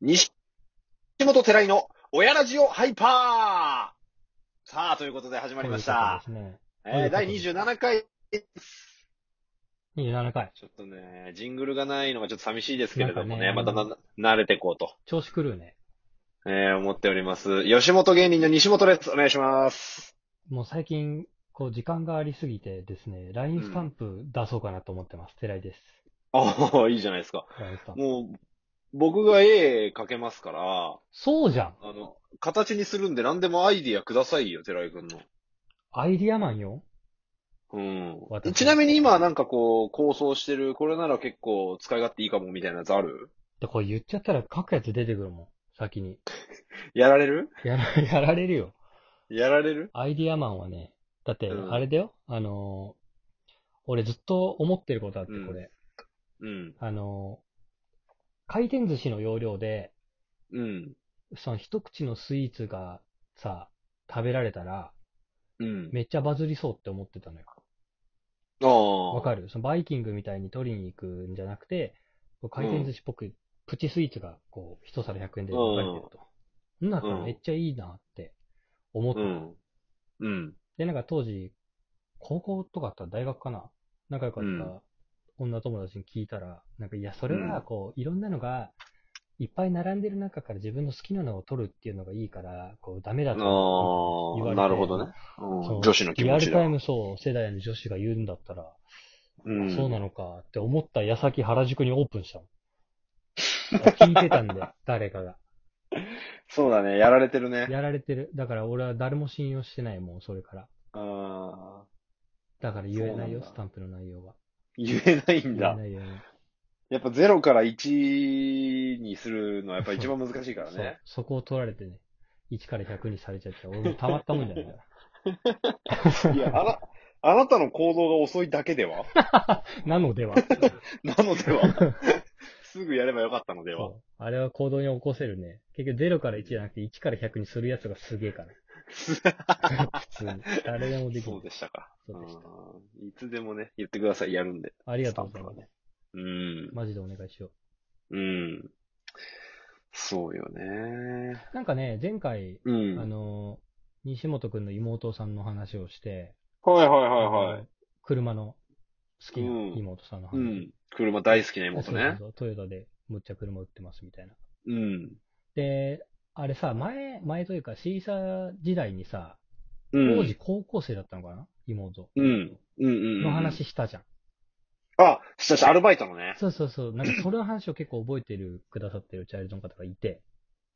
西本寺井の親ラジオハイパーさあ、ということで始まりました。そういうことえー、第27回。ですね。27回。ちょっとね、ジングルがないのがちょっと寂しいですけれどもね、なんまかたねな慣れていこうと、調子狂うね。えー思っております。吉本芸人の西本です。お願いします。もう最近、こう、時間がありすぎてですね、LINE スタンプ出そうかなと思ってます。寺井です。ああ、いいじゃないですか。 LINE スタンプ。もう、僕が絵描けますから、そうじゃんあの、形にするんで何でもアイディアくださいよ、寺井くんの。アイディアマンようん。私ちなみに今なんかこう、構想してる、これなら結構使い勝手いいかもみたいなやつあるで、これ言っちゃったら書くやつ出てくるもん。先に。やられるやら、 やられるよ。やられるアイディアマンはね、だって、うんあれだよ、あのー俺ずっと思ってることあって、うんこれ。うん。あのー回転寿司の要領で、うん。その一口のスイーツがさ、食べられたら、うん。めっちゃバズりそうって思ってたのよ。ああ。わかるそのバイキングみたいに取りに行くんじゃなくて、こう回転寿司っぽく、プチスイーツが、こう、一皿100円で分かれてると。うん、なんうかんめっちゃいいなって思って、うん。うん。で、なんか当時、高校とかあったら大学かな仲良かっうんた女友達に聞いたら、なんか、いや、それは、こう、いろんなのが、いっぱい並んでる中から自分の好きなのを取るっていうのがいいから、こう、ダメだあと言わあ、れて。なるほどね。そうんう女子の気持ちリアルタだイ。ムそう、世代の女子が言うんだったら、うん。そうなのかって思った矢先原宿にオープ ンしたもん。聞いてたんだよ、誰かが。そうだね。やられてるね。やられてる。だから俺は誰も信用してないもん、それから。ああ。だから言えないそうなんよ、だスタンプの内容は。言えないん言えだな。いよね。やっぱ0から1にするのはやっぱ一番難しいからそうね。。そこを取られてね、1から100にされちゃった。俺もたまったもんじゃな いから。いや、あな、あなたの行動が遅いだけではなのでは。なので はすぐやればよかったのではそうあれは行動に起こせるね。結局0から1じゃなくて1から100にするやつがすげえから。普通に。誰でもできそうる。でしたか。そうでした。うんいつでもね、言ってください。やるんで。ありがとうございますスタンプは。うん。マジでお願いしよう。うん。そうよね。なんかね、前回、うあん。の、西本くんの妹さんの話をして、はいはいあはの車の好きなうん妹さんの話。いはい。うん。車大好きな妹そうそうね。そうトヨタでむっちゃ車売ってますみたいな。うん。で、あれさ、前、前というか、シーサー時代にさ、う当時ん。高校生だったのかな妹。うん。うんうん。の話。したじゃん。あ、したした、アルバイトのね。そうそうそう。なんか、それの話を結構覚えてる、くださってるチャイルドの方がいて。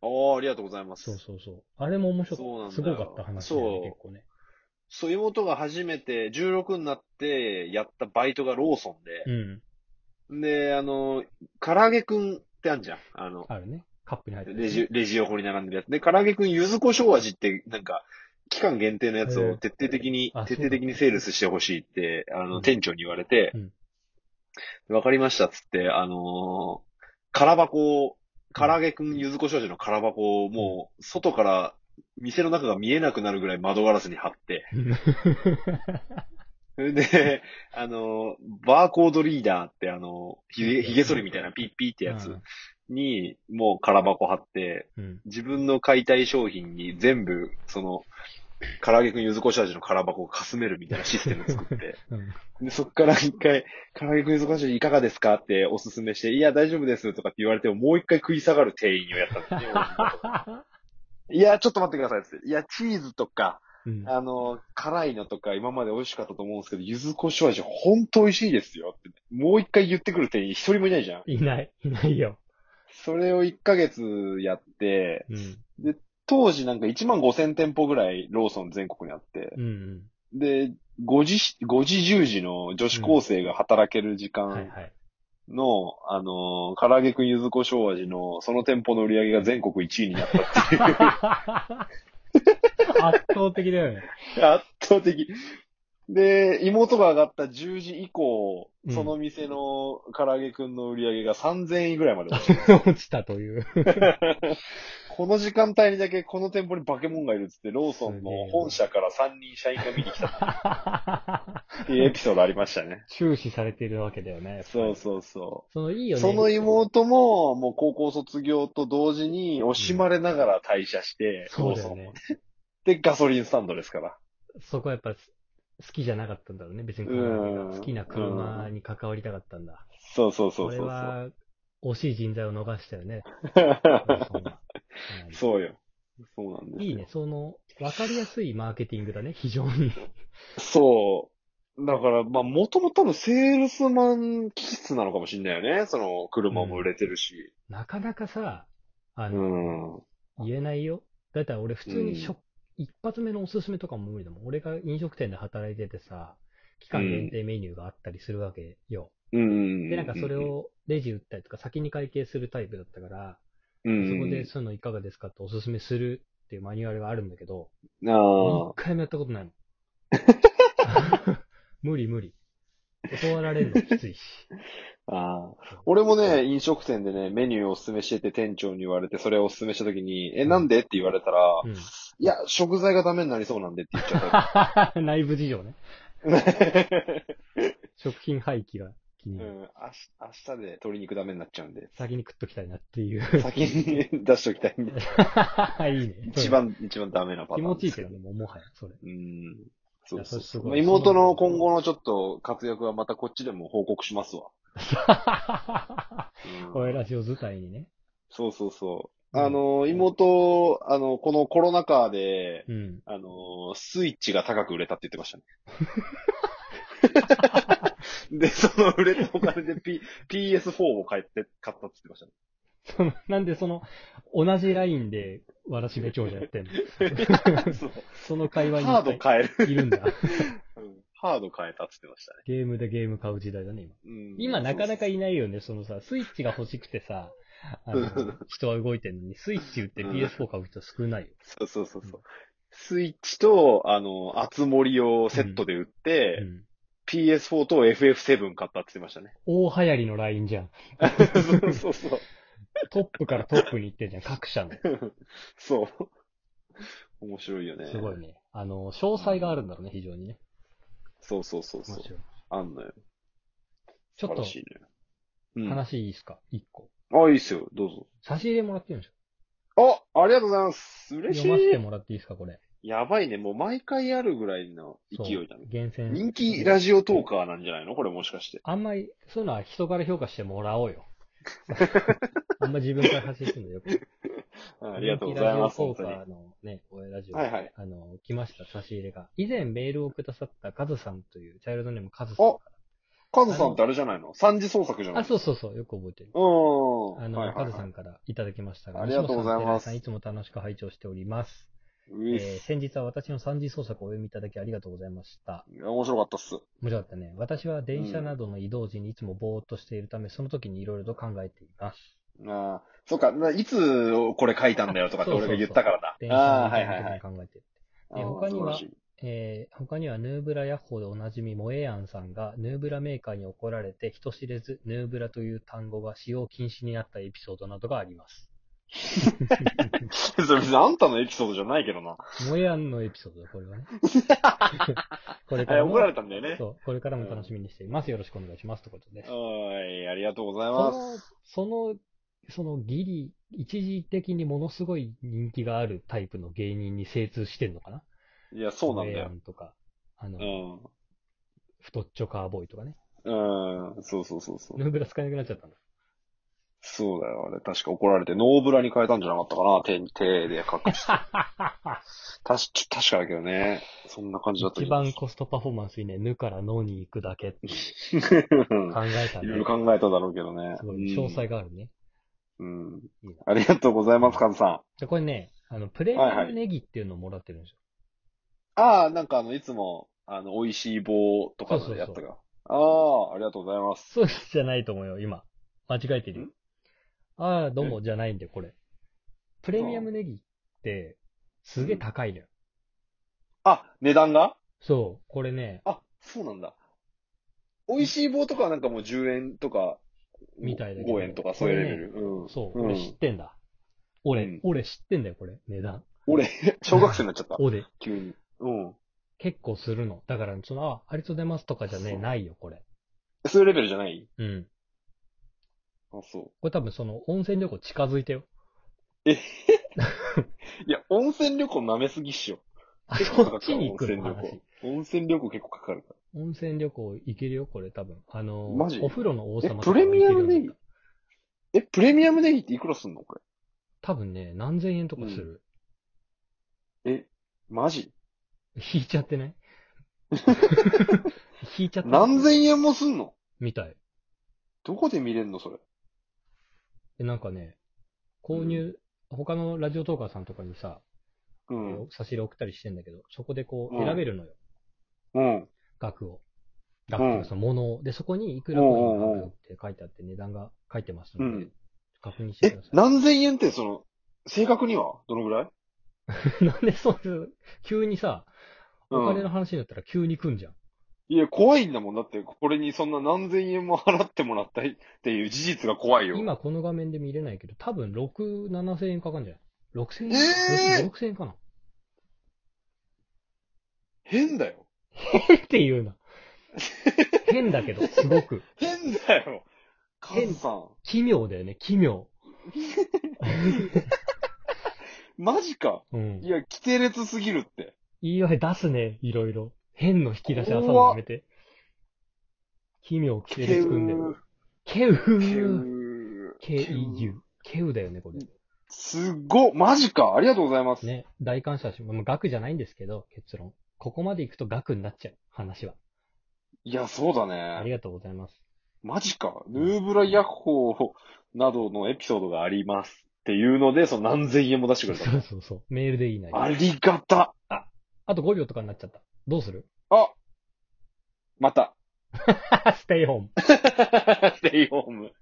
ああ、ありがとうございます。そうそうそう。あれも面白そうなんかだった。すよごかった話だよそうね、結構ね。そう、妹が初めて、16になって、やったバイトがローソンでう、ん。で、あの、唐揚げくんってあんじゃん。あの、あるね。カップに入ってるレジ、レジ横に並んでるやつ。で、唐揚げくん、柚子胡椒味って、なんか、期間限定のやつへをえ徹底的にあ、徹底的にセールスしてほしいって、あうの、ん店長に言われてうん、わ、かりましたっつって、あのー空箱を、唐揚げくん、柚子胡椒味の空箱を、もう、外から、店の中が見えなくなるぐらい窓ガラスに貼って、それで、あの、バーコードリーダーってあの、ひげ、ひげ剃りみたいなピッピッってやつに、もう空箱貼って、うん。うん自分の買いたい商品に全部、その、唐揚げくん柚子胡椒味の空箱をかすめるみたいなシステム作って、うんで、そっから一回、唐揚げくん柚子胡椒味いかがですかっておすすめして、いや、大丈夫ですとかって言われても、もう一回食い下がる店員をやったんですね。いや、ちょっと待ってくださいっつって。いや、チーズとか、うんあの、辛いのとか今まで美味しかったと思うんですけど、柚子胡椒味本当美味しいですよって、もう一回言ってくる店員一人もいないじゃん。いない、いないよ。それを1ヶ月やって、うん。当時なんか1万5千店舗ぐらいローソン全国にあって、うんうん。で、5時、5時10時の女子高生が働ける時はい間はい。の、あの、唐揚げくん柚子胡椒味のその店舗の売り上げが全国1位になったっていう。 圧倒的だよね。圧倒的。で、妹が上がった10時以降う、んその店の唐揚げくんの売り上げが3000円ぐらいまで落ち た。落ちたという。この時間帯にだけこの店舗にバケモンがいるっつって、ローソンすげえのな。本社から3人社員が見に来たっていうエピソードありましたね 注視されているわけだよね。そうう。そうそ。そのいいうよね。その妹も、もう高校卒業と同時に惜しまれながら退社して、そうだローソよンね。で、ガソリンスタンドですから。そこはやっぱ好きじゃなかったんだろうね。別に唐揚げが好きな車に関わりたかったんだ。そうそうそこうれそうそう。は惜しい人材を逃した よね。ローソンはうんそうよ。そうなんですよいいね。その、わかりやすいマーケティングだね。非常に。そう。だから、まあ、もともと多分セールスマン気質なのかもしれないよね。その、車も売れてるし。なかなかさ、あうの、ん。言えないよ。だったら俺普通にしょ、う一発目のおすすめとかも無理だもん。俺が飲食店で働いててさ、期間限定メニューがあったりするわけよ。うん。で、なんかそれ、をレジ打ったりとか先に会計するタイプだったから、うそん。こでそういうのいかがですかっておすすめするっていうマニュアルがあるんだけど、ああ一。回もやったこ とないもん。無理無理。断られるのきついし。ああ。俺もね、飲食店でね、メニューをおすすめしてて店長に言われて、それをおすすめしたときに、え、なんでって言われたら、 うんいや、食材がダメになりそうなんでって言っちゃ った。内部事情ね。食品廃棄が気にうなる、ん。あし明日で鶏肉ダメになっちゃうんで、先に食っときたいなっていう。先に出しときたいんで。 いいね。一番、一番ダメなパ気ター持ンちいでいすけけどどね、もうもはや、それ。 うんそうそうそういやそれすごい妹の今後のちょっと活躍はまたこっちでも報告しますわ。うん声ラジオ図体にね。そうそうそう。うんあの、妹、あの、このコロナ禍で、うん。 あの、スイッチが高く売れたって言ってましたね。 で、その売れたお金で、P、PS4 を買って、買ったって言ってましたね。そのなんでその、同じラインで、わらしべ長者やってんの そうその会話にハード変える。いるんだ。うんハード変えたって言ってましたね。ゲームでゲーム買う時代だね、今。うん今なかなかいないよね、そのさ、スイッチが欲しくてさ、あの人は動いてんのに、スイッチ売って PS4 買う人少ないよ。そうそうそうそう。スイッチと、あの、熱盛をセットで売って、うん。 PS4 と FF7 買ったって言ってましたね。大流行りのラインじゃん。そう そうそう。トップからトップに行ってんじゃん、各社の。そう。面白いよね。すごい。ね。あの、詳細があるんだろうね、非常にね。そうそうそうそうも。ちろん。あんのよ。ちょ素晴っらとしいね。うん。あ、話いいですか一個。いいっすよ。どうぞ。差し入れもらってるんですあ、ありがとうございます。よ。嬉し読ませてい。もらっていいですか、これ。やばいね。もう毎回あるぐらいの勢いだそうね。厳選。人気ラジオトーカーなんじゃないのこれもしかして。あんまり、そういうのは人から評価してもら おうよ。あんま自分から発信するのよく。あありがとうございます。人本当気ラにジオ。効果のね、声ラジオ。はいはいあの、来ました、差し入れが。以前メールをくださったカズさんという、チャイルドネームカズさんかカズさんってあれじゃないの三次創作じゃら。なあ、いそうそうそう、よく覚えてる。のうん。あの、はいはカいズはさい。んからいただきましたが、ありがとうございます西野さん寺田さんいつも楽しく拝聴しております。うえいっーす。先日は私の三次創作をお読みいただきありがとうございました。いや面白かったっす。面白かったね。私は電車などの移動時にいつもぼーっとしているため、その時にいろいろと考えています。ああ、そっか、ないつこれ書いたんだよとかってそうそ俺うそがう言ったからだ。電あ車あ、のは移いはい動は時にい。ああ考えている。で素晴ら他にはしいえー他にはヌーブラヤッホーでおなじみモエヤンさんがヌーブラメーカーに怒られて人知れずヌーブラという単語が使用禁止になったエピソードなどがあります。 それ別にあんたのエピソードじゃないけどな。モエヤンのエピソードだ、これ はね。 これかえらも怒られたんだよね。そう、これからも楽しみにしています。よろしくお願いします。ということです。はい、ありがとうございそます。の、その、そのギリ、一時的にものすごい人気があるタイプの芸人に精通してんのかないや、そうなんだモエヤよ。ンとか、あの、う太っちょカーボーイとかね。 ん。うん、そうそうそうそう。ヌーブラ使えなくなっちゃったんだ。そうだよ、あれ。確か怒られて、ノーブラに変えたんじゃなかったかな。手に、手で書く。 確か、確かだけどね。そんな感じだったけ一ど番コストパフォーマンスいいね。ぬからのに行くだけっていう うん考えたいねろいろ考えただろうけどね。すごい、詳細があるね。うん。うん。いいな。ありがとうございます、カズさん。で、これね、あの、プレミアムネギっていうのをもらってるんですよ。ああ、なんかあの、いつも、あの、美味しい棒とかそうそうそのうやつが。ああ、ありがとうございます。そうじゃないと思うよ、今。間違えてるよん。ああ、どうも、じゃないんだよ、これ。プレミアムネギって、すげえ高いのよ。あ、値段がそう、これね、あ、そうなんだ。美味しい棒とかはなんかもう10円とか、みたいだけど5円とかそういうレベル。うん。そう、うん俺知ってんだ。俺、うん俺知ってんだよ、これ、値段。俺、小学生になっちゃった。おで。急に。うん。結構するの。だから、その、あ、ありがとうございますとかじゃねそうないよ、これ。そういうレベルじゃないうん。あ、そこれ多分その、温泉旅行近づいてよ。う。いや、温泉旅行舐めすぎっしょ。あ、結構そかかっるちに行くの温泉話。旅行。温泉旅行結構かかるか温泉旅行行けるよ、これ多分。あのー、マジお風呂の王ら。え様、プレミアムネでギえ、プレミアムネギっていくらすんのこ多分ね、何千円とかする。れ。え、マジ引いちゃってない 引いちゃってない何千円もすんのみたい。どこで見れんのそれ。で、なんかね、購入、他のラジオトーカーさんとかにさ、うん。差し入れ送ったりしてんだけど、そこでこう、うん選べるのよ。うん。額を。額っていうかそのものを。で、そこにいくらコインがあるって書いてあって、値段が書いてますので、うん確認してえくだ、さ何千円ってその、正確にはどのぐらいい。 なんでそういう、急にさ、うんお金の話になったら急に来んじゃん。いや、怖いんだもん。だって、これにそんな何千円も払ってもらったっていう事実が怖いよ。今この画面で見れないけど、多分6、7千円かかんじゃない ?6 千円、えー ?6 千円かな 変だよ。っていう な。変だけど、すごく。変だよ。カズさん。奇妙だよね、奇妙。マジか。うんい。や、規定列すぎるって。 EY 出すね、いろいろ。変の引き出し挟むのやめて。奇妙を規定で作んでる。ケウけう KEU。ケウだよね、これ。すっご。マジか。ありがとうございます。ね、大感謝し、もう額じゃないんですけど、結論。ここまで行くと額になっちゃう、話は。いや、そうだあねり。がとうございます。マジか。ヌーブラヤッホーなどのエピソードがあります。っていうので、その何千円も出してそくれうたの。そうそう。メールでいいなり。ありがた。あと5秒とかになっちゃった。どうする あまた。 ステイホーム。ステイホーム。